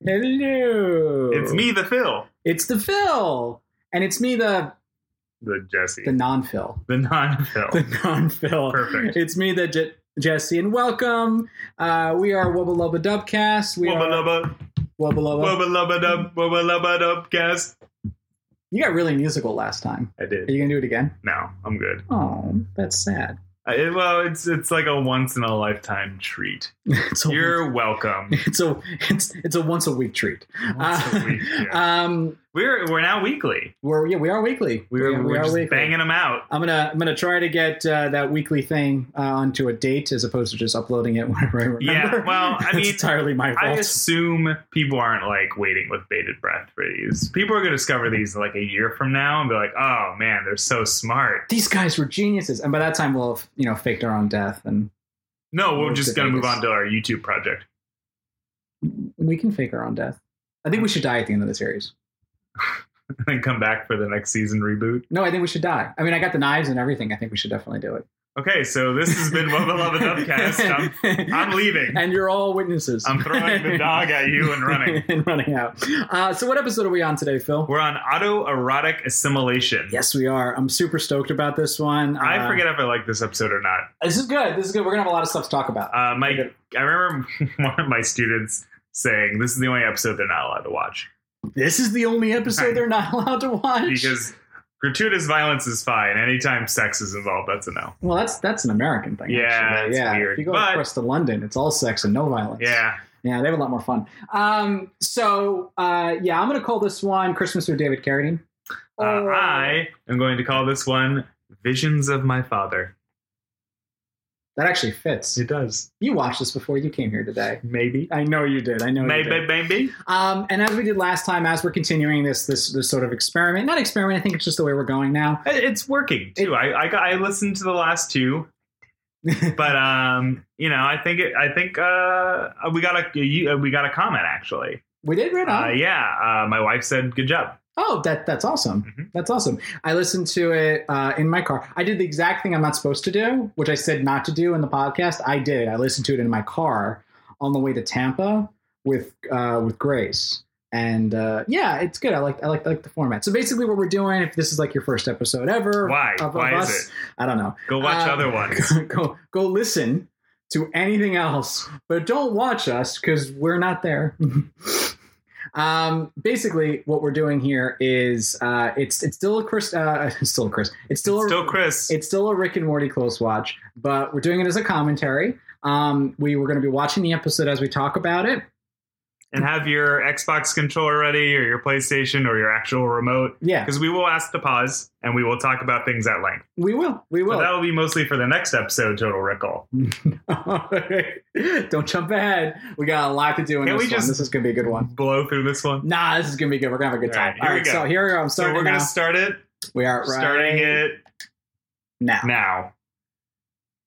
Hello. It's me, the Phil, It's the Phil. And it's me, the the Jesse, the non Phil. the non-Phil. The non Phil. Perfect. It's me, the Je- Jesse, and welcome. Uh, we are Wubba Lubba Dubcast. We Wubba are lubba, Wubba Lubba. wubba lubba dub, wubba lubba dub, guest. You got really musical last time. I Are did. you going to do it again? No, I'm good. Oh, that's sad. I, it- well, it's it's like a once in a lifetime treat. It's a, You're welcome. it's a it's it's a once a week treat. Once a week, yeah. Um, We're we're now weekly. we're yeah, we are weekly. We're we are, we're, we are just weekly. banging them out. I'm gonna I'm gonna try to get uh, that weekly thing uh, onto a date as opposed to just uploading it whenever I remember. Yeah, well, I That's mean, entirely my I fault. assume people aren't like waiting with bated breath for these. People are going to discover these like a year from now and be like, "Oh man, they're so smart." These guys were geniuses, and by that time we'll have you know faked our own death, and No, we're Move just to going to move Vegas. on to our YouTube project. we can fake our own death. I think we should die at the end of the series. and come back for the next season reboot. No, I think we should die. I mean, I got the knives and everything. I think we should definitely do it. Okay, so this has been Wubba Lubba Dubcast. I'm, I'm leaving. and you're all witnesses. I'm throwing the dog at you and running. and running out. Uh, so, what episode are we on today, Phil? We're on autoerotic assimilation. yes, we are. I'm super stoked about this one. I Uh, forget if I like this episode or not. This is good. This is good. We're gonna have a lot of stuff to talk about. Uh, my, I remember one of my students saying this is the only episode they're not allowed to watch This is the only episode they're not allowed to watch. because gratuitous violence is fine. Anytime sex is involved, that's a no. well, that's that's an American thing. Yeah, actually. it's yeah. weird. If you go But- across to London, it's all sex and no violence. Yeah, yeah, they have a lot more fun. Um, so uh, yeah, I'm gonna call this one "Christmas with David Carradine." Oh. uh, I am going to call this one "Visions of My Father." that actually fits. It does, You watched this before you came here today. maybe, I know you did. I know you did. maybe, maybe. Um, and as we did last time, as we're continuing this this this sort of experiment, not experiment. I think it's just the way we're going now. It- It's working too. I, I got- I listened to the last two, but um, you know, I think it, I think uh, we got a you- uh, we got a comment actually. we did right on. Uh, yeah, uh, my wife said good job. Oh, that that's awesome. Mhm. That's awesome. I listened to it uh, in my car. I did the exact thing I'm not supposed to do, which I said not to do in the podcast. I did. I listened to it in my car on the way to Tampa with uh, with Grace. And uh, yeah, it's good. I like I like I like the format. So basically, what we're doing, if this is like your first episode ever, Why? of- of Why is us, it? I don't know. Go watch Um, other ones. go go listen to anything else, but don't watch us because we're not there. um, basically, what we're doing here is uh, it's it's still a Chris, uh, it's still a Chris, it's still a, Still, Chris. it's still a Rick and Morty close watch, but we're doing it as a commentary. Um, we were going to be watching the episode as we talk about it. and have your Xbox controller ready, or your PlayStation, or your actual remote, Yeah, because we will ask to pause and we will talk about things at length. we will. We But will. that will be mostly for the next episode, Total Recall. Don't jump ahead. We got a lot to do in Can this we one. just- This is going to be a good one. Blow through this one. Nah, this is gonna be good. We're gonna have a good All time. right, All here we right, go. so here we go. I'm So starting. we're now. gonna start it. we are right Starting it now, now.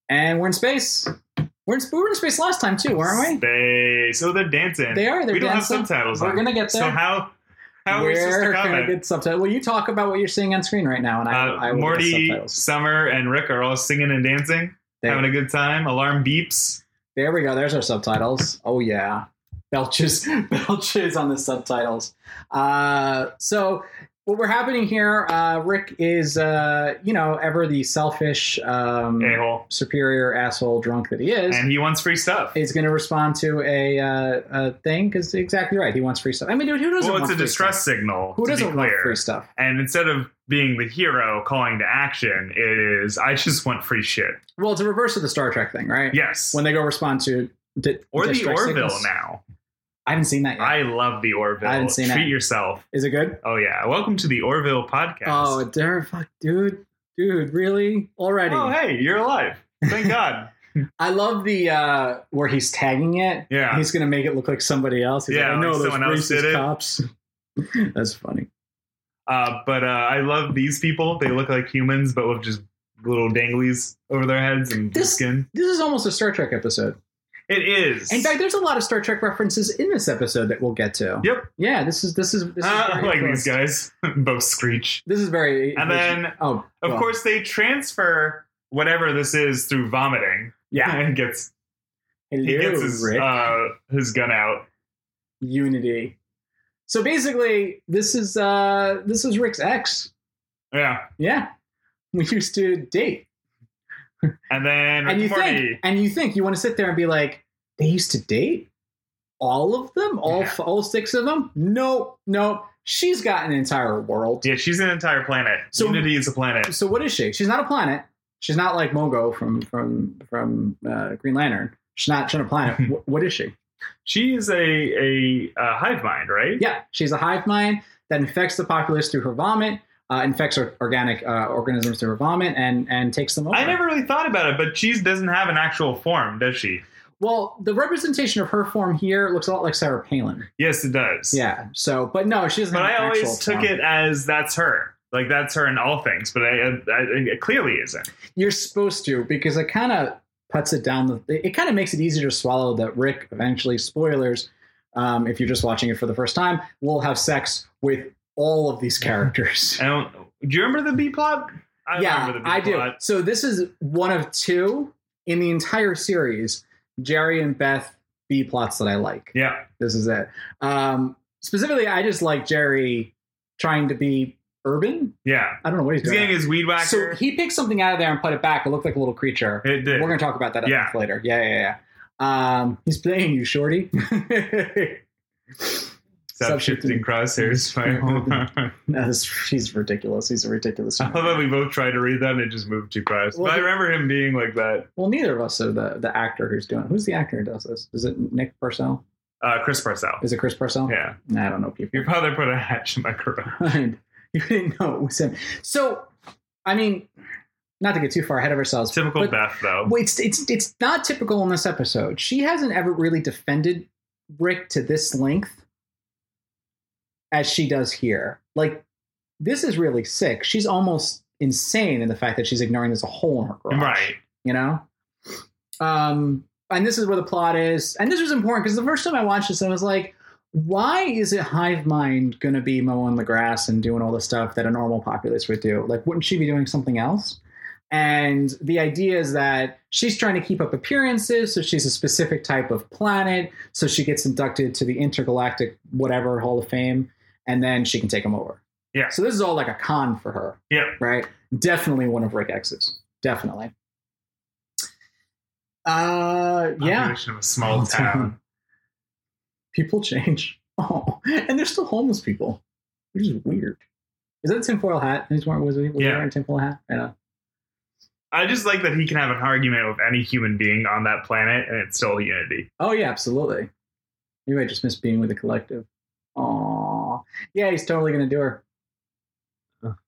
and we're in space. We're in, we were in space last time too, weren't Space. So they're dancing. They are, they're we don't dancing. have subtitles. we? We're on. gonna get there. So how how are we supposed to We're gonna comment? get subtitles. Well, you talk about what you're seeing on screen right now, and uh, I, I will get Morty, subtitles. Summer, and Rick are all singing and dancing, having There, a good time. Alarm beeps. there we go. There's our subtitles. Oh yeah, belches, belches on the subtitles. Uh, so. What we're happening here, uh, Rick is, uh, you know, ever the selfish, um, A hole. superior asshole drunk that he is. And he wants free stuff. is going to respond to a, uh, a thing because exactly right. He wants free stuff. I mean, dude, who doesn't? Well, it's want a free distress Stuff? signal. Who to be doesn't want clear. free stuff? And instead of being the hero calling to action, it is I just want free shit. Well, it's a reverse of the Star Trek thing, right? Yes. When they go respond to di- or the distress Orville signals. now. I haven't seen that yet. I love the Orville. I haven't seen Treat it. yourself. Is it good? Oh yeah. Welcome to the Orville podcast. Oh, there, fuck, dude, dude, really? Already? oh hey, you're alive. Thank God. I love the uh where he's tagging it. Yeah. He's going to make it look like somebody else. He's Yeah, like, I know like those someone else racist did it. cops. That's funny. Uh, but uh, I love these people. They look like humans, but with just little danglies over their heads and This- skin. This is almost a Star Trek episode. It is. In fact, there's a lot of Star Trek references in this episode that we'll get to. Yep. Yeah, this is this is, this is Ah, I very like close. these guys, both screech. This is very And then, oh, of well, course, they transfer whatever this is through vomiting. yeah. and gets Hello, he gets his Rick. uh, his gun out. Unity. So basically, this is uh, this is Rick's ex. Yeah. Yeah, we used to date, And then and you Rick Morty. think, and you think you want to sit there and be like, they used to date, all of them, all Yeah. f all six of them. Nope, nope. She's got an entire world. Yeah, she's an entire planet. So- Unity is a planet. So what is she? She's not a planet. She's not like Mogo from from from uh, Green Lantern. She's not she's not a planet. Wh- what is she? She is a, a, a hive mind, right? Yeah, she's a hive mind that infects the populace through her vomit, uh, infects or- organic uh, organisms through her vomit, and and takes them over. I never really thought about it, but she doesn't have an actual form, does she? Well, the representation of her form here looks a lot like Sarah Palin. Yes, it does. Yeah. So, but no, she doesn't. have But I an actual always took form. it as that's her. Like that's her in all things, but I, I, I, it clearly isn't. You're supposed to because it kind of puts it down. The, it kind of makes it easier to swallow that Rick eventually spoilers. Um, if you're just watching it for the first time, will have sex with all of these characters. I don't. Do you remember the B plot? I yeah, remember the B I do. plot. So this is one of two in the entire series Jerry and Beth B plots that I like. Yeah, This is it. Um, specifically, I just like Jerry trying to be urban. yeah. I don't know what he's, He's getting doing. his weed So whacker. he picked something out of there and put it back. It looked like a little creature. it did. We're going to talk about that I Yeah. think, later. Yeah, yeah, yeah. Um, he's playing you, Shorty. Stop shifting crosshairs. My No, this, he's ridiculous. He's a ridiculous. I love human. that we both tried to read that and it just moved too fast. Well, but I he- remember him being like that. Well, neither of us are the, the actor who's doing. Who's the actor who does this? Is it Nick Purcell? Uh, Chris Parcell. Is it Chris Purcell? Yeah. Nah, I don't know people. Your father put a hatch in my garage. you didn't know it was him. So, I mean, not to get too far ahead of ourselves. Typical but, Beth, though. Well, it's it's it's not typical in this episode. She hasn't ever really defended Rick to this length as she does here. Like, this is really sick. She's almost insane in the fact that she's ignoring there's a hole in her garage Right. you know um and this is where the plot is and this was important because the first time i watched this i was like why is it hive mind gonna be mowing the grass and doing all the stuff that a normal populace would do like wouldn't she be doing something else and the idea is that she's trying to keep up appearances so she's a specific type of planet so she gets inducted to the intergalactic whatever hall of fame and then she can take them over Yeah. so this is all like a con for her Yeah. right? Definitely one of Rick X's. Definitely. Uh, yeah. Population Of a small town. People change. Oh, and they're still homeless people, which is weird. Is that a tinfoil hat? He's wearing, was he was he Yeah. wearing a tinfoil hat? I know. I just like that he can have an argument with any human being on that planet and it's still unity. Oh, yeah, absolutely. Maybe I just miss being with the collective. Aw. Yeah, he's totally going to do her.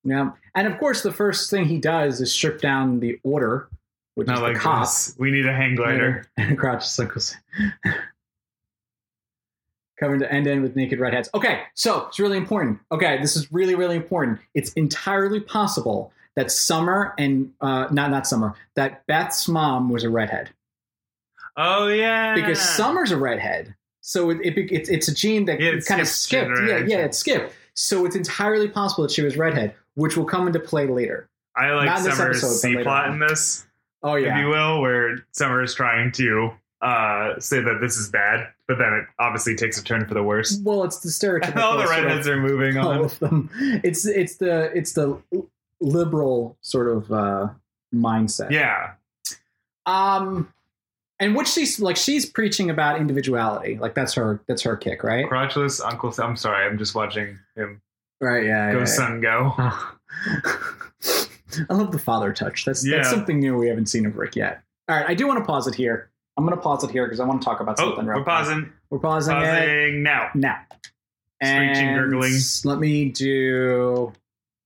Yeah. And of course, the first thing he does is strip down the order, which Not is like the cop. this. We need a hang glider. And crotch circles. Covered to end end with naked redheads. Okay, so it's really important. Okay, this is really, really important. It's entirely possible that Summer and uh, not not Summer that Beth's mom was a redhead Oh yeah. because Summer's a redhead. So it, it, be- it's it's a gene that Yeah, it kind of skips skipped. Yeah, yeah, it generations. skipped. So it's entirely possible that she was redhead, which will come into play later. I like not in this Summer's episode, but C later plot on. in this, Oh if you yeah, will, where Summer is trying to uh, say that this is bad, but then it obviously takes a turn for the worse. well, it's the stereotypical. All the sort of- redheads are moving all on. of them. It's it's the it's the liberal sort of uh, mindset. Yeah. Um, and what she's like, she's preaching about individuality. Like that's her that's her kick, right? Crotchless Uncle Sam. I'm sorry, I'm just watching him Right. Yeah. go yeah, son go. yeah. I love the father touch. That's Yeah. that's something new we haven't seen of Rick yet. All right, I do want to pause it here. I'm going to pause it here because I want to talk about Oh, something. real we're quick. pausing. We're pausing. it. Pausing now. now. Screeching, gurgling. Let me do.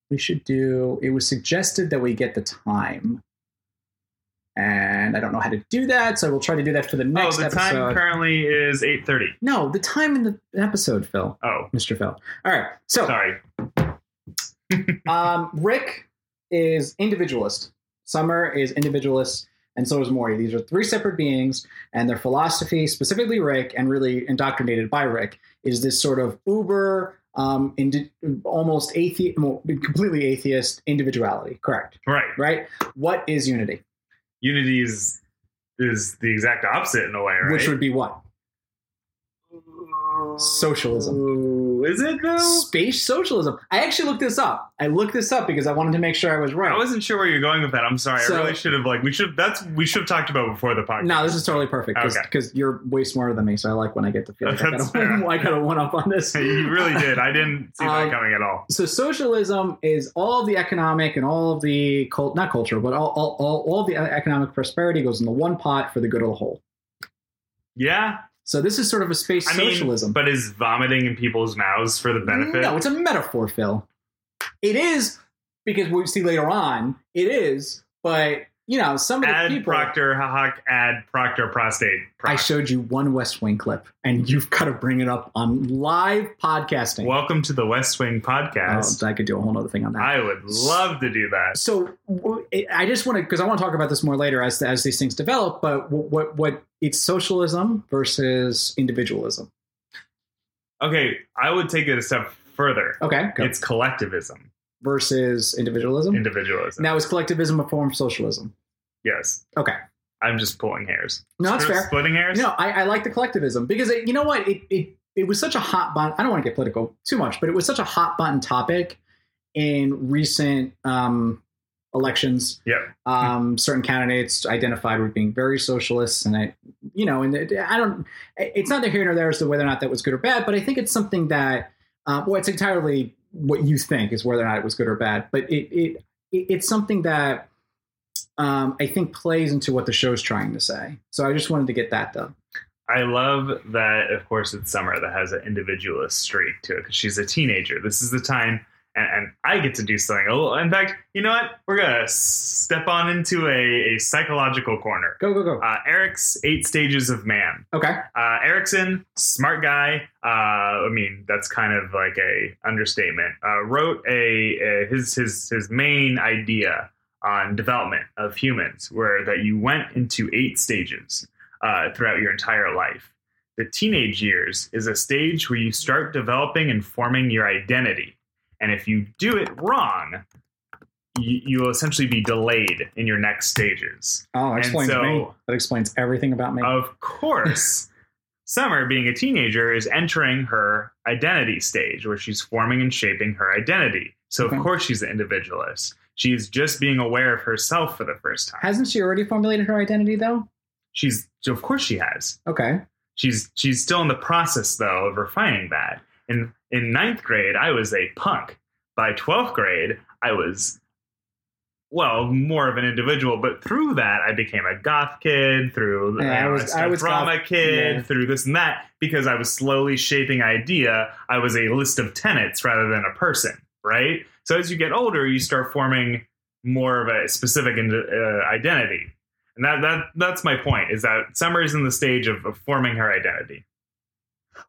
We should do. It was suggested that we get the time, and I don't know how to do that, so we'll try to do that for the Oh, next the episode. time currently is 8:30. no, the time in the episode, Phil, Oh, Mr. Phil. All right, so sorry. um, Rick is individualist. Summer is individualist, and so is Maury. These are three separate beings, and their philosophy, specifically Rick, and really indoctrinated by Rick, is this sort of uber, um, indi- almost atheist, completely atheist individuality. Correct, Right. right? What is unity? Unity is is the exact opposite in a way, right? Which would be what? Socialism. Ooh, is it though? Space socialism. I actually looked this up. I looked this up because I wanted to make sure I was right. I wasn't sure where you're going with that. I'm sorry. So- I really should have like we should that's we should have talked about before the podcast. no, this is totally perfect Okay. because you're way smarter than me, so I like when I get to feel like I That's got a, fair. I got a one up on this. you really did. I didn't see Um, that coming at all. so socialism is all of the economic and all of the cult not culture but all all, all, all of the economic prosperity goes in the one pot for the good of the whole Yeah, so this is sort of a space I mean, socialism but is vomiting in people's mouths for the benefit? no it's a metaphor phil it is because we see later on it is but you know some of the Ad people Proctor, haha, ad Proctor, prostate. i Proc- showed you one west wing clip and you've got to bring it up on live podcasting Welcome to the West Wing Oh, podcast. i could do a whole other thing on that I would love to do that. so w- I just want to because I want to talk about this more later as as these things develop. But w- what what it's socialism versus individualism. Okay, I would take it a step further. Okay, go. It's collectivism, versus individualism. individualism. now is collectivism a form of socialism? yes. Okay. I'm just pulling hairs. No, that's Sort of fair. Splitting hairs. No, I, I like the collectivism because it, you know what it it it was such a hot button. I don't want to get political too much, but it was such a hot button topic in recent um, elections Yep. um, certain candidates identified with being very socialists, and I, you know, and it- I don't. It's not neither here nor there as to whether or not that was good or bad, but I think it's something that, uh, well, it's entirely what you think is whether or not it was good or bad, but it it, it it's something that um, I think plays into what the show's trying to say. So I just wanted to get that done. I love that, of course, it's Summer that has an individualist streak to it because she's a teenager. This is the time, and, and I get to do something. A little, in fact, you know what? We're going to step on into a, a psychological corner. Go go go. Uh, Eric's Eight Stages of Man. Okay. Uh, Erickson, smart guy. Uh, I mean, that's kind of like a understatement. Uh, wrote a, a his his his main idea on development of humans, where that you went into eight stages uh, throughout your entire life. The teenage years is a stage where you start developing and forming your identity, and if you do it wrong, you, you will essentially be delayed in your next stages. Oh, that And explains so- Uh, me. That explains everything about me. Of course, Summer, being a teenager, is entering her identity stage where she's forming and shaping her identity. So, Okay. of course, she's an individualist. She's just being aware of herself for the first time. Hasn't she already formulated her identity though? she's, so of course, she has. Okay. She's she's still in the process though of refining that. In in ninth grade, I was a punk. By twelfth grade, I was well more of an individual. But through that, I became a goth kid. Through Yeah, I I was- was I a was drama kid. yeah. Through this and that, because I was slowly shaping idea. I was a list of tenants rather than a person. Right. So as you get older, you start forming more of a specific indi- uh, identity. And that, that that's my point is that Summer is in the stage of, of forming her identity.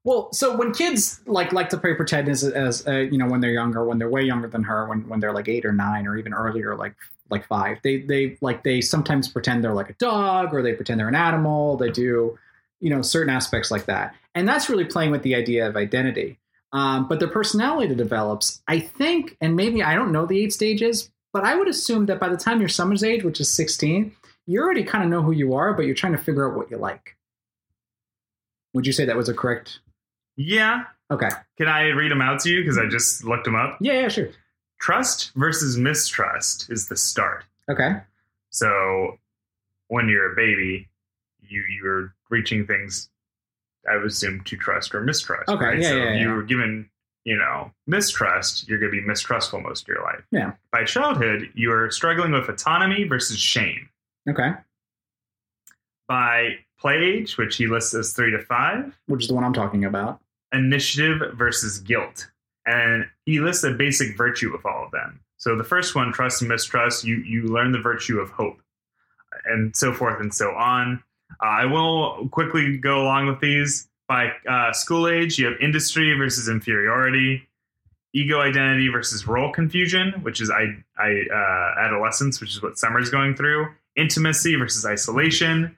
Well, so when kids like like to play pretend as, as uh, you know when they're younger, when they're way younger than her, when when they're like eight or nine or even earlier, like like five, they they like they sometimes pretend they're like a dog or they pretend they're an animal. They do you know certain aspects like that, and that's really playing with the idea of identity. Um, but their personality that develops, I think, and maybe I don't know the eight stages, but I would assume that by the time you're summer's age, which is sixteen, you already kind of know who you are, but you're trying to figure out what you like. Would you say that was a correct? Yeah. Okay. Can I read them out to you? Because I just looked them up. Yeah, yeah, sure. Trust versus mistrust is the start. Okay. So when you're a baby, you you're reaching things I would assume to trust or mistrust. Okay, Right? yeah, so yeah, if you yeah. were given, you know, mistrust, you're gonna be mistrustful most of your life. Yeah. By childhood, you are struggling with autonomy versus shame. Okay. By play age, which he lists as three to five, Which is the one I'm talking about. initiative versus guilt. And he lists a basic virtue of all of them. So the first one, trust and mistrust, you you learn the virtue of hope, and so forth and so on. Uh, I will quickly go along with these. By uh, school age, you have industry versus inferiority, ego identity versus role confusion, which is I, I uh, adolescence, which is what Summer's going through. Intimacy versus isolation.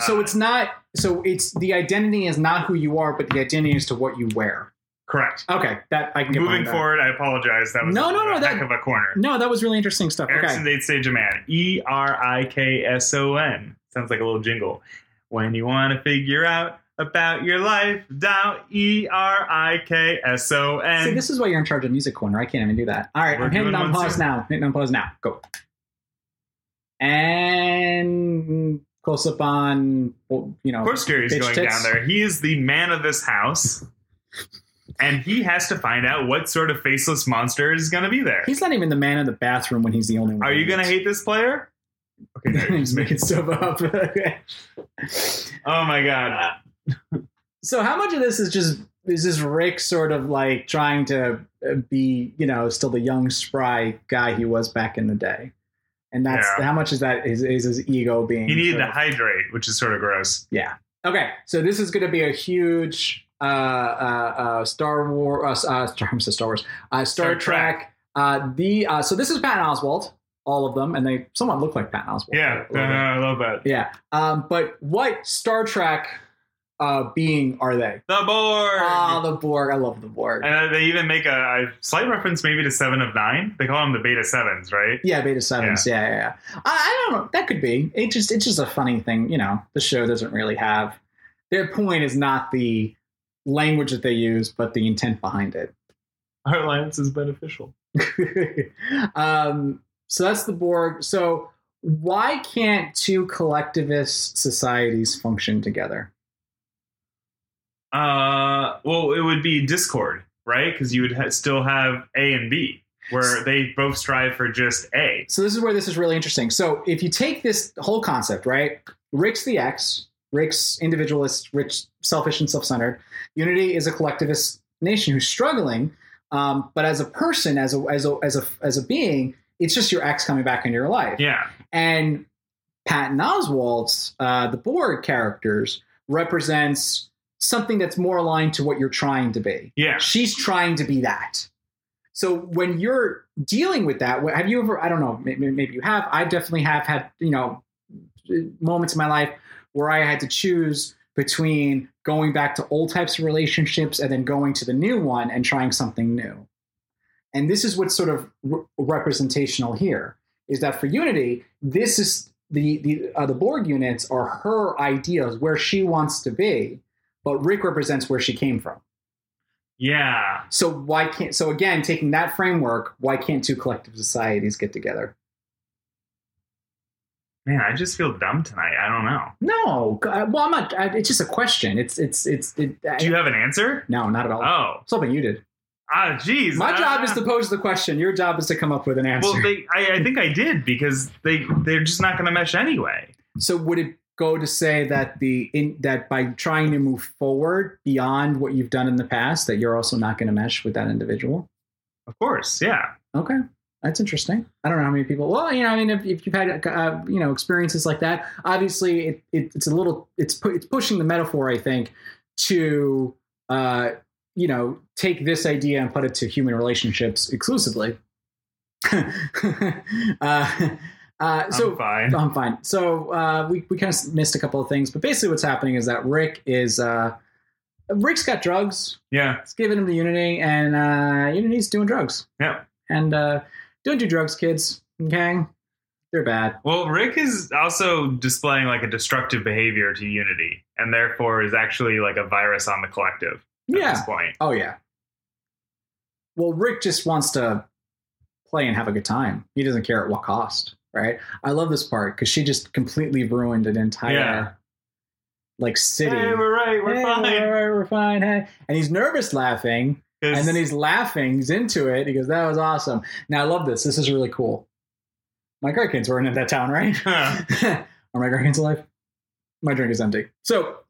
So Uh, it's not. So it's the identity is not who you are, but the identity is to what you wear. correct. Okay, that I can get Moving behind that. forward, I apologize. That was No, no, no, a that- heck of a corner. No, that was really interesting stuff. Erickson's Okay. eight stage of man. E R I K S O N sounds like a little jingle. When you want to figure out about your life. Dow E R I K S O See, N. this is why you're in charge of music corner. I can't even do that. All right, We're I'm hitting doing on one pause soon. now. Hitting on pause now. Go. And close up on, well, you know, Of course, Gary's Bitch going tits. down there. He is the man of this house, and he has to find out what sort of faceless monster is going to be there. he's not even the man in the bathroom when he's the only one. Are you in going to it. hate this player? Okay, no, you're just making making. stuff up? Oh my god! so, how much of this is just is this Rick sort of like trying to uh, be, you know, still the young spry guy he was back in the day? And that's Yeah. how much is that is, is his ego being He needed sort to of- hydrate, which is sort of gross. Okay, so this is going to be a huge uh, uh, uh, Star Wars. Uh, uh, Star, I'm so Star Wars. Uh, Star, Star Trek. Trek. Uh, the uh, so this is Patton Oswald. All of them, and they somewhat look like Patton Oswald. Yeah, uh-huh. A little bit. I love that. yeah. Um, but what Star Trek uh, being are they? The board. Ah, the Borg. I love the Borg. And uh, they even make a, a slight reference maybe to Seven of Nine. They call them the Beta Sevens, right? Yeah, Beta Sevens. Yeah, yeah. yeah. I, I don't know. That could be. It just it's just a funny thing. You know, the show doesn't really have. Their point is not the language that they use, but the intent behind it. Our alliance is beneficial. um, so that's the Borg. So why can't two collectivist societies function together? Uh, well, it would be Discord, right? Because you would ha- still have A and B, where they both strive for just A. So this is where this is really interesting. So if you take this whole concept, right? Rick's the X, Rick's individualist, Rick's selfish and self-centered. Unity is a collectivist nation who's struggling, um, but as a person, as a as a as a as a being, it's just your X coming back into your life. Yeah, and Patton Oswald's uh, the Borg characters represents something that's more aligned to what you're trying to be. yeah. She's trying to be that. So when you're dealing with that, wh- have you ever? I don't know. may- may- Maybe you have. I definitely have had you know moments in my life where I had to choose between going back to old types of relationships and then going to the new one and trying something new. And this is what's sort of re- representational here is that for Unity, this is the the uh, the Borg units are her ideas where she wants to be, but Rick represents where she came from. Yeah. So why can't so again taking that framework, why can't two collective societies get together? Man, I just feel dumb tonight. I don't know. No, g- uh, well I'm not. I, it's just a question. It's it's it's. It, I- Do you have an answer? no, not at all. Oh, Something you did. ah, jeez. My Ah. job is to pose the question. Your job is to come up with an answer. Well, they, I, I think I did because they they're just not going to mesh anyway. so would it go to say that the in, that by trying to move forward beyond what you've done in the past, that you're also not going to mesh with that individual? Of course, yeah. Okay. That's interesting. I don't know how many people. Well, you know, I mean, if, if you've had uh, you know experiences like that, obviously it, it, it's a little it's pu- it's pushing the metaphor, I think, to uh, you know take this idea and put it to human relationships exclusively. uh, uh, so I'm fine. I'm fine. So uh, we we kind of missed a couple of things, but basically what's happening is that Rick is uh, Rick's got drugs Yeah, it's giving him the Unity, and uh, Unity's doing drugs. yeah. And uh, don't do drugs, kids. Okay, they're bad. Well, Rick is also displaying like a destructive behavior to Unity, and therefore is actually like a virus on the collective at Yeah. this point. Oh yeah. Well, Rick just wants to play and have a good time. He doesn't care at what cost, right? I love this part because she just completely ruined an entire Yeah. like city. Hey, we're right, we're Hey, fine. we're- we're fine, hey. And he's nervous laughing, 'Cause- and then he's laughing. He's into it. He goes, "That was awesome." Now I love this. This is really cool. My grandkids weren't in that town, right? Huh. Are my dragons alive? My drink is empty. So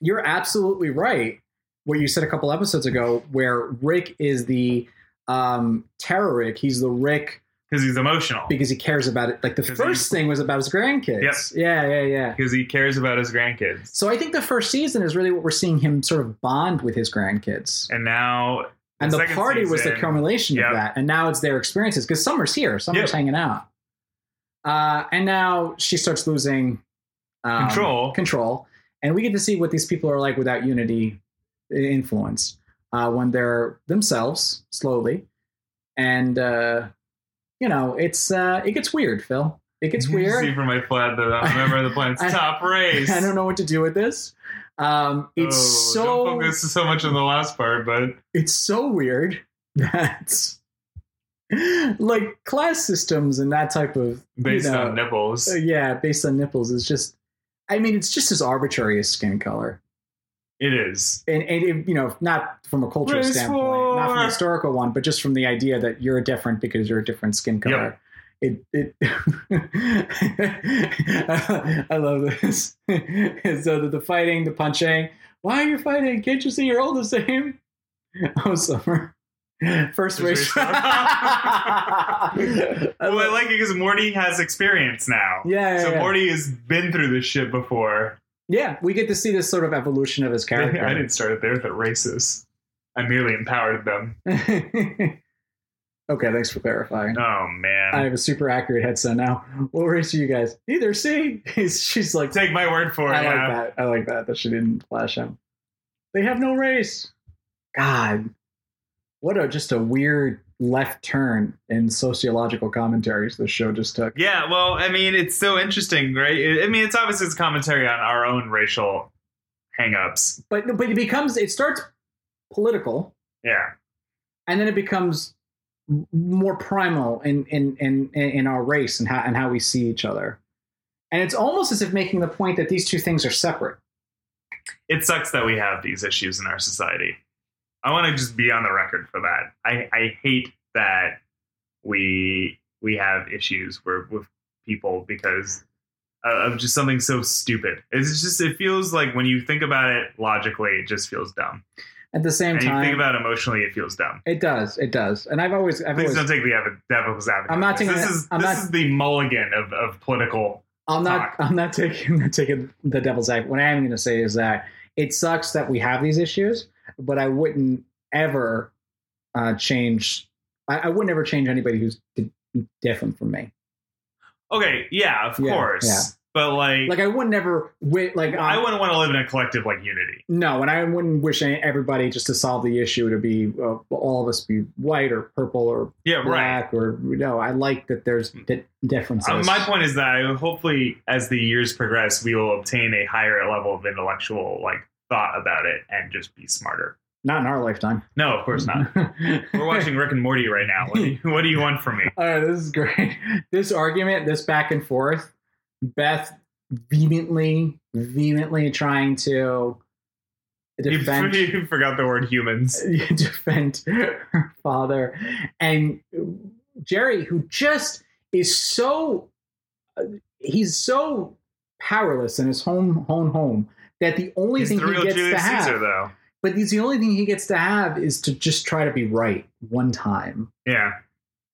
you're absolutely right. What you said a couple episodes ago, where Rick is the um, terror Rick. He's the Rick because he's emotional because he cares about it. Like the 'Cause first thing was about his grandkids. Yeah, yeah, yeah. because he cares about his grandkids So I think the first season is really what we're seeing him sort of bond with his grandkids. and now And the, second party was the season- culmination Yep. of that. And now it's their experiences because Summer's here, Summer's Yep. hanging out. Uh, and now she starts losing um, Control. Control. And we get to see what these people are like without unity i- influence uh, when they're themselves slowly. And, uh, you know, it's uh, it gets weird, Phil. It gets You weird. See from my flat that I'm a member of the planet's I- top race. I don't know what to do with this. Um, it's Oh, so Don't focus so much on the last part, but it's so weird that like class systems and that type of you based know, on nipples. uh, yeah, based on nipples is just. I mean, it's just as arbitrary as skin color, It is. and, and it, you know, not from a cultural Race standpoint, not from a war. historical one, but just from the idea that you're different because you're a different skin color. It, it I love this. so the, the fighting, the punching. Why are you fighting? Can't you see you're all the same? Oh, summer. First First race. race war. well, Oh, I like it because Morty has experience now. Yeah, yeah, So yeah. Morty has been through this shit before. Yeah, we get to see this sort of evolution of his character. I didn't start it there. The racists. I merely empowered them. okay, thanks for clarifying. Oh man. I have a super accurate headset now. What race are you guys? Neither. See, she's like, Take my word for it. I yeah. like that. I like that that she didn't flash him. They have no race. God, what a just a weird left turn in sociological commentaries this show just took. Yeah, well, I mean, it's so interesting, right? I- I mean, it's obviously it's commentary on our own racial hangups. But but it becomes it starts political. Yeah, and then it becomes m- more primal in in in in our race and how and how we see each other and it's almost as if making the point that these two things are separate it sucks that we have these issues in our society. I want to just be on the record for that. I, I hate that we we have issues where, with people because of of just something so stupid. It's just it feels like when you think about it logically, it just feels dumb. at the same And you think time about it emotionally, it feels dumb. it does it does and i've always i've Please always don't take the avo- devil's advocate. I'm not taking this the- is I'm this not- is the mulligan of, of political. i'm not i'm not taking I'm not taking the devil's act what i am going to say is that it sucks that we have these issues but i wouldn't ever uh change i, I wouldn't ever change anybody who's di- different from me Okay, yeah, of Yeah, course, yeah. but like, like i wouldn't ever wait like I um, wouldn't want to live in a collective like unity. No, and I wouldn't wish any- everybody just to solve the issue to be uh, all of us be white or purple or Yeah, right. Mm. black or no. I like that there's di- differences. Uh, my point is that I, hopefully, as the years progress, we will obtain a higher level of intellectual like thought about it and just be smarter. Not in our lifetime. No, of course not. We're watching Rick and Morty right now. What do you, what do you want from me? all right, this is great. This argument, this back and forth, Beth vehemently, vehemently trying to You, defend. you forgot the word humans. defend her father and jerry who just is so uh, he's so powerless in his home home home that the only He's thing the he real gets to Julius have Caesar, though. but he's the only thing he gets to have is to just try to be right one time Yeah.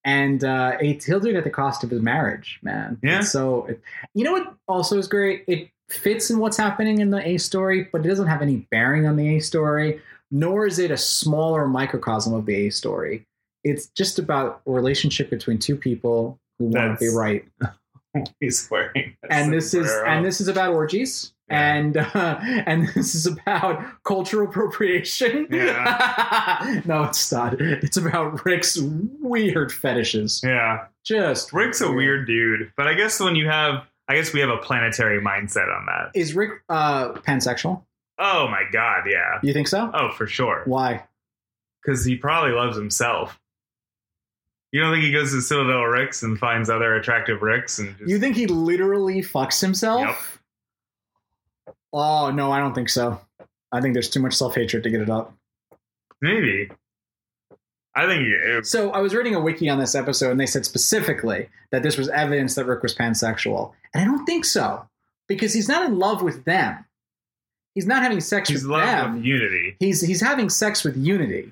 and uh, it, he'll do it at the cost of his marriage, man. Yeah. And so, it, you know what? Also, is great. It fits in what's happening in the A story, but it doesn't have any bearing on the A story. Nor is it a smaller microcosm of the A story. It's just about a relationship between two people who want to be That's- right. He's swearing. And this is Sombrero. and this is about orgies. Yeah. And uh, and this is about cultural appropriation. no, it's not. It's about Rick's weird fetishes. Yeah. Just Rick's a weird dude, but I guess when you have, I guess we have a planetary mindset on that. Is Rick uh, pansexual? Oh my god, yeah. You think so? Oh, for sure. Why? Because he probably loves himself. You don't think he goes to Citadel Ricks and finds other attractive Ricks and just, You think he literally fucks himself? Oh no, I don't think so. I think there's too much self hatred to get it up. maybe? I think he is. So I was reading a wiki on this episode, and they said specifically that this was evidence that Rick was pansexual, and I don't think so because he's not in love with them. He's not having sex he's with love them. of unity. he's he's having sex with unity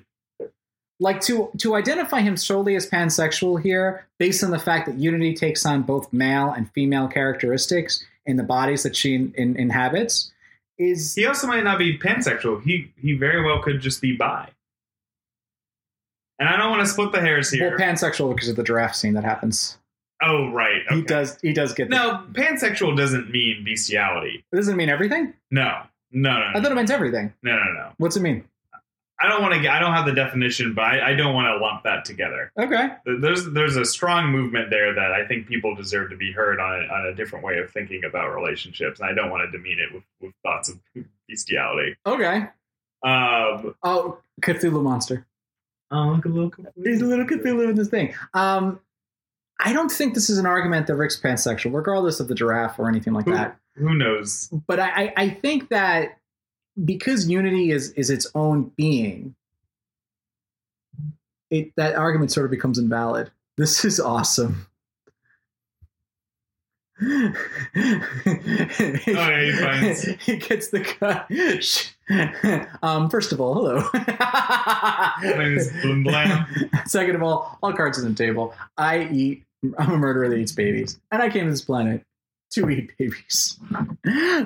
like to to identify him solely as pansexual here based on the fact that unity takes on both male and female characteristics in the bodies that she in, inhabits is He also might not be pansexual. He he very well could just be bi. And I don't want to split the hairs well here. pansexual because of the giraffe scene that happens oh right. he Okay. does he does get No, pansexual doesn't mean bestiality. doesn't it mean everything No, no, no, i no, thought it meant everything no, no, no. what's it mean I don't want to. I don't have the definition, but I, I don't want to lump that together. Okay. There's there's a strong movement there that I think people deserve to be heard on a, on a different way of thinking about relationships, and I don't want to demean it with, with thoughts of bestiality. Okay. Um, Oh, Cthulhu monster. oh, look a little. There's a little Cthulhu in this thing. Um, I don't think this is an argument that Rick's pansexual, regardless of the giraffe or anything like Who- that. Who knows? But I, I, I think that because unity is is its own being, it that argument sort of becomes invalid. This is awesome. he finds- he gets the cut. um, first of all, hello. Things blim blam. Second of all, all cards on the table. I eat. I'm a murderer that eats babies, and I came to this planet to eat babies.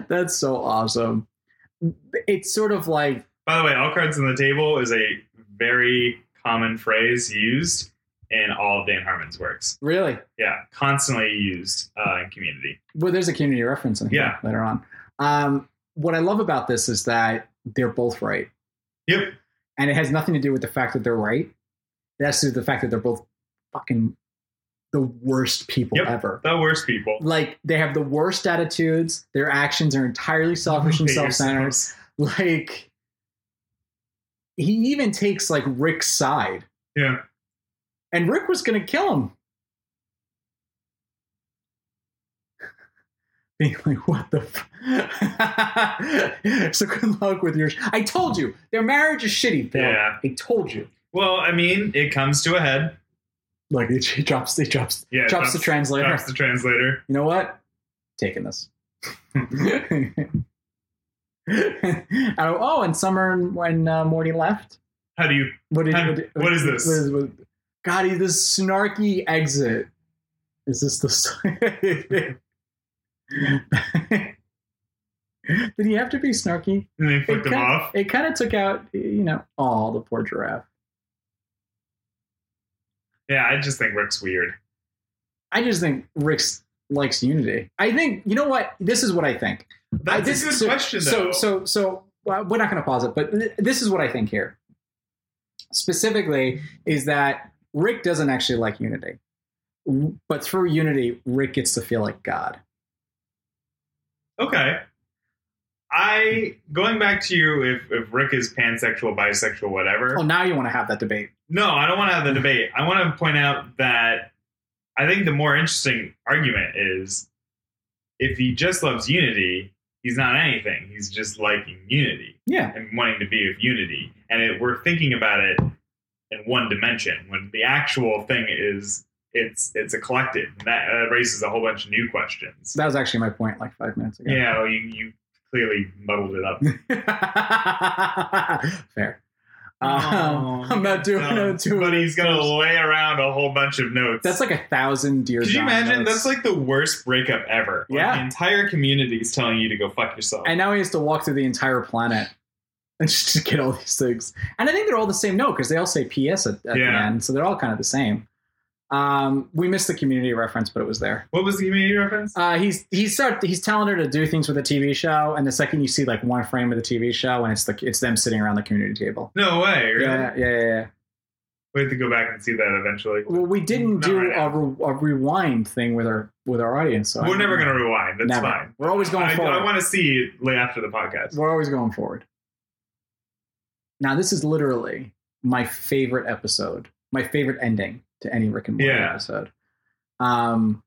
That's so awesome. It's sort of like By the way, all cards on the table is a very common phrase used in all of Dan Harmon's works. really. Yeah, constantly used uh, in Community. Well, there's a community reference in here Yeah. later on. Um, what I love about this is that they're both right, Yep. and it has nothing to do with the fact that they're right. That's to do with the fact that they're both fucking the worst people Yep. ever. The worst people. Like they have the worst attitudes. Their actions are entirely selfish and Hate self-centered. yourselves. like he even takes like Rick's side, Yeah. and Rick was gonna kill him. Being like, what the? F-? so good luck with your. I told you their marriage is shitty. Phil. Yeah. I told you. Well, I mean, it comes to a head. Like he, he drops, he drops, Yeah. it drops the translator. Drops the translator. you know what? Taking this. And, oh, and Summer, when uh, Morty left, How do you? What, did, How- what, did- what is this? What is, what, God, he- this snarky exit. Is this the? Did he have to be snarky? And they flicked him kinda- off. It kind of took out, you know, all the poor giraffe. Yeah, I just think Rick's weird. I just think Rick's likes unity. I think you know what. This is what I think. That's this a good so, question, So, though. so, so well, we're not going to pause it, but th- this is what I think here. Specifically, is that Rick doesn't actually like Unity, W- but through Unity, Rick gets to feel like God. Okay. I going back to you if, if Rick is pansexual, bisexual, whatever. Oh, now you want to have that debate? No, I don't want to have the debate. I want to point out that I think the more interesting argument is if he just loves unity, he's not anything. He's just liking unity Yeah, and wanting to be with unity. And it, we're thinking about it in one dimension when the actual thing is it's it's a collective. And that, that raises a whole bunch of new questions. that was actually my point like five minutes ago. yeah, well, you, you clearly muddled it up. Fair. Um, I'm not doing Oh, no, it. Too But he's gonna lay around a whole bunch of notes. That's like a thousand deer. Could you John imagine? notes. That's like the worst breakup ever. Like, Yeah. the entire community is telling you to go fuck yourself. and now he has to walk through the entire planet and just to get all these things. And I think they're all the same note because they all say PS at, at the Yeah. end, so they're all kind of the same. Um, we missed the community reference, but it was there. what was the community reference? Uh, he's he's start, he's telling her to do things with the TV show, and the second you see like one frame of the TV show, and it's the it's them sitting around the community table. no way. Really? Yeah, yeah, yeah, yeah. We have to go back and see that eventually. Well, we didn't Not do right a, re- a rewind thing with our with our audience. So I We're don't never know. gonna rewind. That's Never. fine. We're always going I, forward. want to see it late after the podcast. We're always going forward. Now, this is literally my favorite episode, my favorite ending to any Rick and Morty Yeah. episode. Um,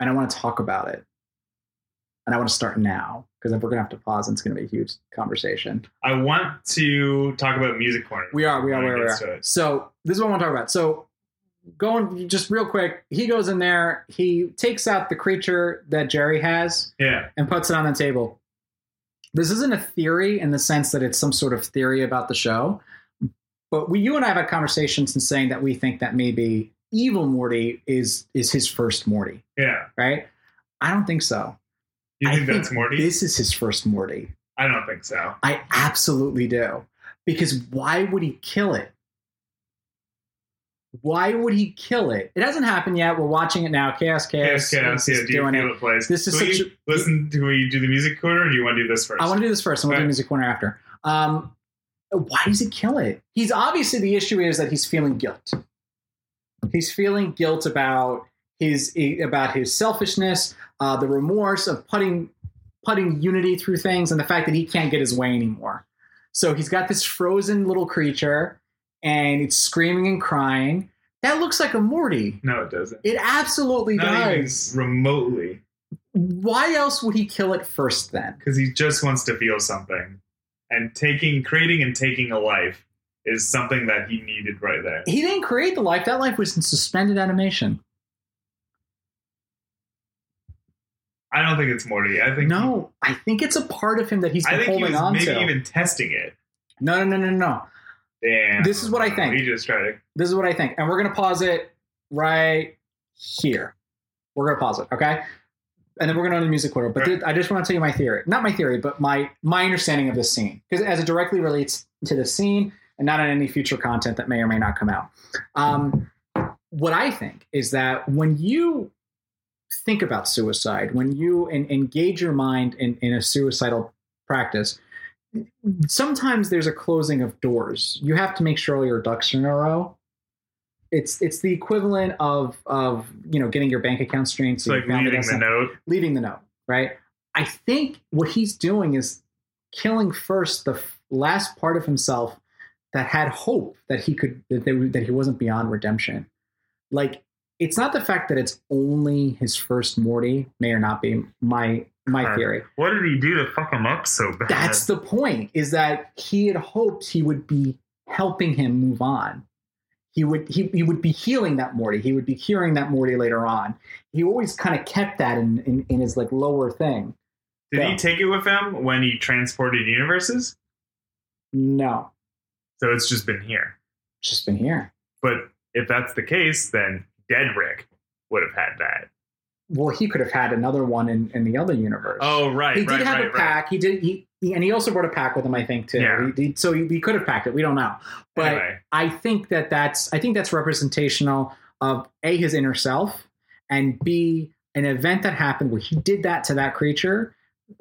and I want to talk about it. And I want to start now because we're going to have to pause and it's going to be a huge conversation. I want to talk about music corner. We are, we are, When we it are, gets we to are. it. So this is what I want to talk about. So going just real quick, he goes in there, he takes out the creature that Jerry has Yeah. and puts it on the table. This isn't a theory in the sense that it's some sort of theory about the show, but we, you and I have had conversations and saying that we think that maybe evil Morty is is his first Morty, Yeah. right? I don't think so. You I think that's Morty? This is his first Morty. I don't think so. I absolutely do, because why would he kill it? Why would he kill it? It hasn't happened yet. We're watching it now. Chaos, chaos, Yes, yes, is yeah. Do you doing it. feel it plays? This is Will such you a- listen. Do we do the music corner, or do you want to do this first? I want to do this first, and we'll do Okay. music corner after. Um, why does he kill it? He's obviously the issue is that he's feeling guilt. He's feeling guilt about his about his selfishness, uh, the remorse of putting putting unity through things, and the fact that he can't get his way anymore. So he's got this frozen little creature, and it's screaming and crying. That looks like a Morty. No, it doesn't. It absolutely Not even does. remotely, Why else would he kill it first then? because he just wants to feel something, and taking, creating, and taking a life is something that he needed right there. He didn't create the life. That life was in suspended animation. I don't think it's Morty. I think No, I think it's a part of him that he's I been think he holding was on maybe to. even testing it. no, no, no, no, no. Damn. This is what I think. He just tried to. this is what I think. And we're going to pause it right here. We're going to pause it, okay? And then we're going to on the music order. But Right. th- I just want to tell you my theory. Not my theory, but my my understanding of this scene. Because as it directly relates to the scene and not on any future content that may or may not come out. Um, what I think is that when you think about suicide, when you en- engage your mind in, in a suicidal practice, sometimes there's a closing of doors. You have to make sure all your ducks are in a row. It's it's the equivalent of of you know getting your bank account strained, It's so you like found it leaving the outside- note. leaving the note, right? I think what he's doing is killing first the f- last part of himself that had hope that he could that, they, that he wasn't beyond redemption. Like it's not the fact that it's only his first Morty may or not be my my Correct. theory. What did he do to fuck him up so bad? That's the point is that he had hoped he would be helping him move on. He would he, he would be healing that Morty. He would be curing that Morty later on. He always kind of kept that in, in, in his like lower thing. Did Yeah. he take it with him when he transported universes? No, So it's just been here. it's just been here. But if that's the case, then Dead Rick would have had that. Well, he could have had another one in, in the other universe. Oh, right. he did right, have right, a pack. He did, he, he- and he also brought a pack with him, I think, too. Yeah. He- he- so he, he could have packed it. We don't know, but Right. Anyway, I think that that's I think that's representational of a his inner self and b an event that happened where he did that to that creature,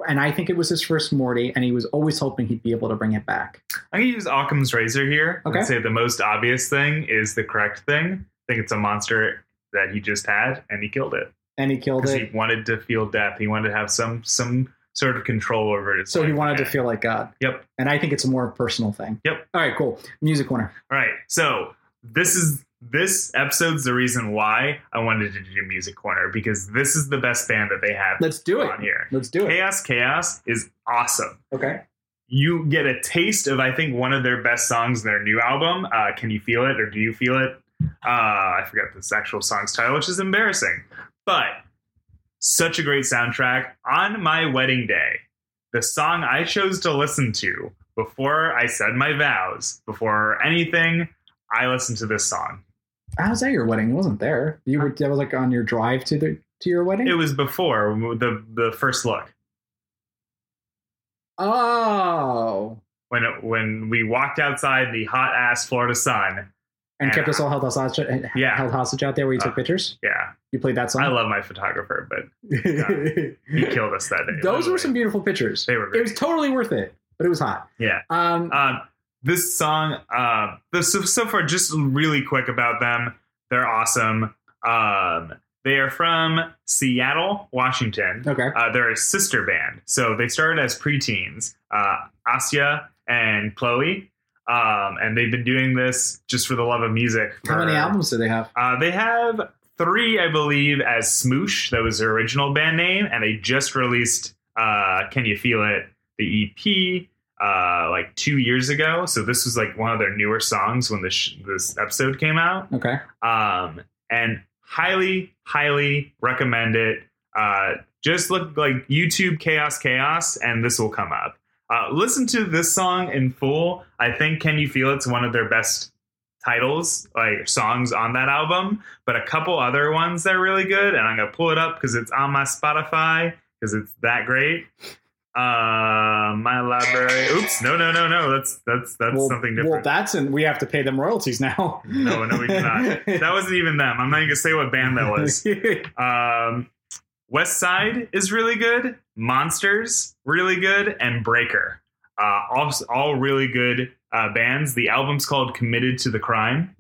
and I think it was his first Morty, and he was always hoping he'd be able to bring it back. I'm going to use Occam's razor here Okay. and say the most obvious thing is the correct thing. I think it's a monster that he just had and he killed it And he killed because he it, wanted to feel death. He wanted to have some some sort of control over it. so he wanted to feel like God. Yep. And I think it's a more personal thing. Yep. All right, cool. Music corner. All right. So this is this episode's the reason why I wanted to do Music Corner because this is the best band that they have Let's do it. on here. Let's do it. Chaos Chaos is awesome. Okay. You get a taste of I think one of their best songs in their new album. Uh, Can you feel it or do you feel it? Uh, I forgot this actual song's title, which is embarrassing, but such a great soundtrack. On my wedding day, the song I chose to listen to before I said my vows, before anything, I listened to this song. I was at your wedding. I wasn't there. You were. That was like on your drive to the to your wedding. It was before the the first look oh, when it, when we walked outside the hot ass Florida sun. and Yeah. kept us all held hostage. Yeah. Held hostage out there where you took Uh, pictures. Yeah, You played that song. I love my photographer, but he killed us that day. Those were Literally. some beautiful pictures. They were It great. was totally worth it, but it was hot. yeah. Um, Um, this song, uh, the, so, so far, just really quick about them. They're awesome. Um, they are from Seattle, Washington. okay. Uh, they're a sister band. So they started as preteens, uh, Asya and Chloe. Um, and they've been doing this just for the love of music. How many for- albums do they have? Uh, they have three, I believe, as Smoosh. That was their original band name. And they just released uh, Can You Feel It, the EP, uh, like two years ago. So this was like one of their newer songs when this, sh- this episode came out Okay. um, and highly, highly recommend it. Uh, just look like YouTube Chaos Chaos, and this will come up. Uh, listen to this song in full. I think Can You Feel It's one of their best titles, like songs on that album, but a couple other ones that are really good. And I'm going to pull it up because it's on my Spotify because it's that great. Uh, my library. Oops, no, no, no, no. That's that's that's well, something Well, different. that's and we have to pay them royalties now. No, no, we do not. that wasn't even them. I'm not even gonna say what band that was. Um, West Side is really good. Monsters really good, and Breaker, uh, all all really good uh, bands. The album's called Committed to the Crime.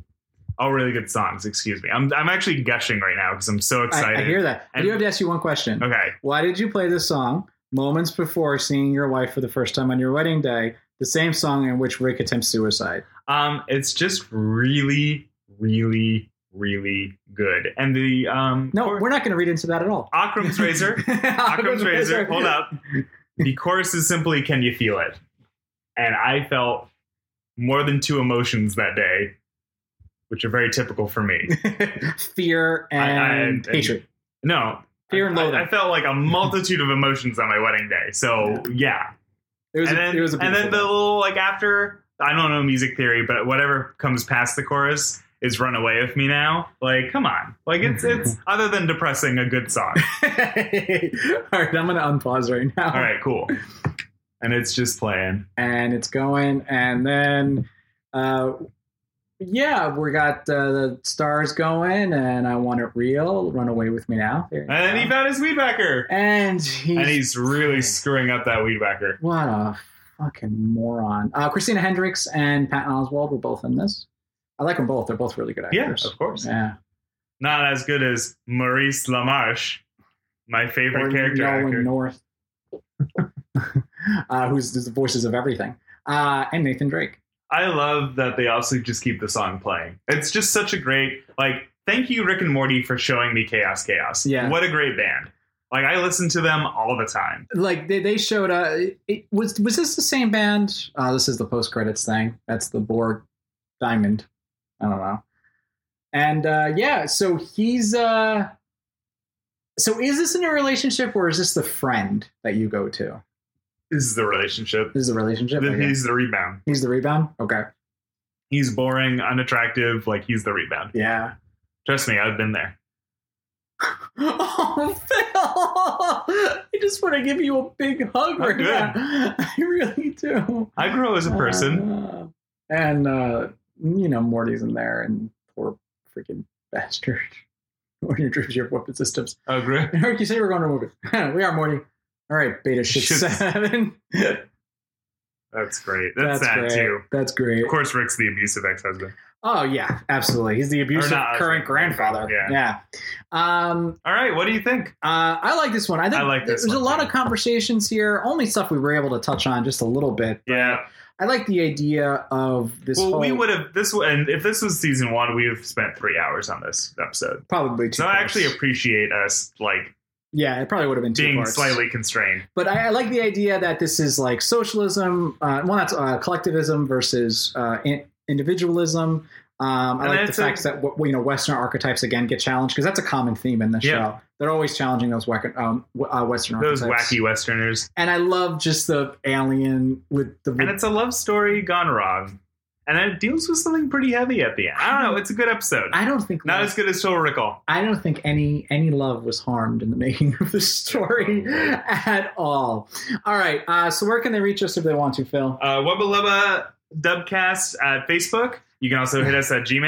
All really good songs. Excuse me. I'm I'm actually gushing right now because I'm so I, excited. I hear that. I And- do have to ask you one question. okay. Why did you play this song moments before seeing your wife for the first time on your wedding day? The same song in which Rick attempts suicide. Um, it's just really, really, really good. And the um, No, chor- we're not going to read into that at all. Akram's Razor. Occam's razor. Hold up. The chorus is simply "Can you feel it?" And I felt more than two emotions that day, which are very typical for me. Fear and I- I- hatred. No, Fear and I- loathing. I, felt like a multitude of emotions on my wedding day. So yeah, it was. and a, then it was a and then the beautiful little like after I don't know music theory, but whatever comes past the chorus is "Run Away with Me Now." Like, come on, like it's it's other than depressing, a good song. day. all right, I'm going to unpause right now. All right, cool. And it's just playing. and it's going. And then, uh, yeah, we got uh, the stars going, and I want it real. Run away with me now. There you And then go. he found his weed backer. and he's, and he's really screwing up that weed whacker. what a fucking moron. Uh, Christina Hendricks and Patton Oswald were both in this. I like them both. They're both really good Yeah, actors. of course. Yeah, Not as good as Maurice LaMarche, my favorite Or character Nolan actor. North, uh, who's, who's the voices of everything, uh, and Nathan Drake. I love that they also just keep the song playing. It's just such a great like. Thank you, Rick and Morty, for showing me Chaos Chaos. Yeah. what a great band. Like I listen to them all the time. Like they, they showed uh It, was was this the same band? Uh, this is the post credits thing. That's the Borg Diamond. I don't know. And uh, yeah, so he's uh, so is this in a relationship or is this the friend that you go to? This is the relationship. This is a relationship. Th- okay. He's the rebound. He's the rebound. Okay. He's boring, unattractive. Like he's the rebound. Yeah. Trust me, I've been there. Oh, Phil! I just want to give you a big hug I'm right good. now. I really do. I grow as a person. Uh, and uh, you know, Morty's in there, and poor freaking bastard. When you drives your weapon systems. I grow. Eric, you say we're going to move it. we are Morty. All right, beta shit Shit. seven. That's great. That's, sad great. too. That's great. Of course, Rick's the abusive ex-husband. Oh yeah, absolutely. He's the abusive not, current grandfather. Yeah. yeah. Um, All right, what do you think? Uh, I like this one. I think I like this There's a one, lot too. of conversations here. Only stuff we were able to touch on just a little bit. Yeah. I like the idea of this. Well, whole, we would have this, and if this was season one, we have spent three hours on this episode. probably two. So I parts. actually appreciate us like yeah, it probably would have been two being parts. slightly constrained. But I, I like the idea that this is like socialism. Uh, well, that's uh, collectivism versus uh, in- individualism. Um, I And like the it's a- fact that w- you know Western archetypes again get challenged because that's a common theme in the Yeah. show. They're always challenging those wack- um, w- uh, Western Those archetypes. wacky Westerners, And I love just the alien with the and it's a love story gone wrong, and it deals with something pretty heavy at the end. I don't know. It's a good episode. I don't think Not love- as good as Total Recall. I don't think any any love was harmed in the making of this story at all. All right, uh, so where can they reach us if they want to, Phil? Uh, Wubba Lubba Dubcast at Facebook. You can also hit us at Gmail,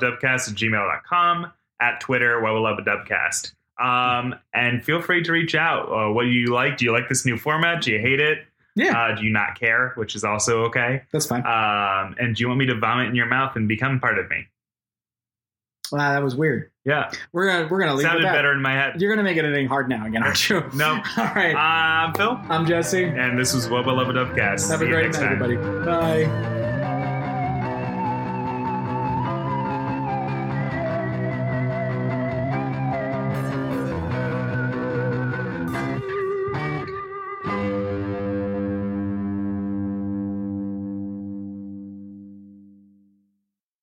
wubbalubdubcast at gmail.com, at Twitter, Wubba Lubba Dubcast. Um, and feel free to reach out. Uh, what do you like? Do you like this new format? Do you hate it? Yeah. Uh, do you not care? Which is also okay. That's fine. Uh, Um, and do you want me to vomit in your mouth and become part of me? Uh, that was weird. Yeah. We're gonna we're gonna leave it Sounded at that. better in my head. You're gonna make it anything hard now again, aren't you? No. all right. I'm Um, Phil, I'm Jesse. and this was Wubba Lubba Dubcast. Have See a you great next night, time. everybody. Bye.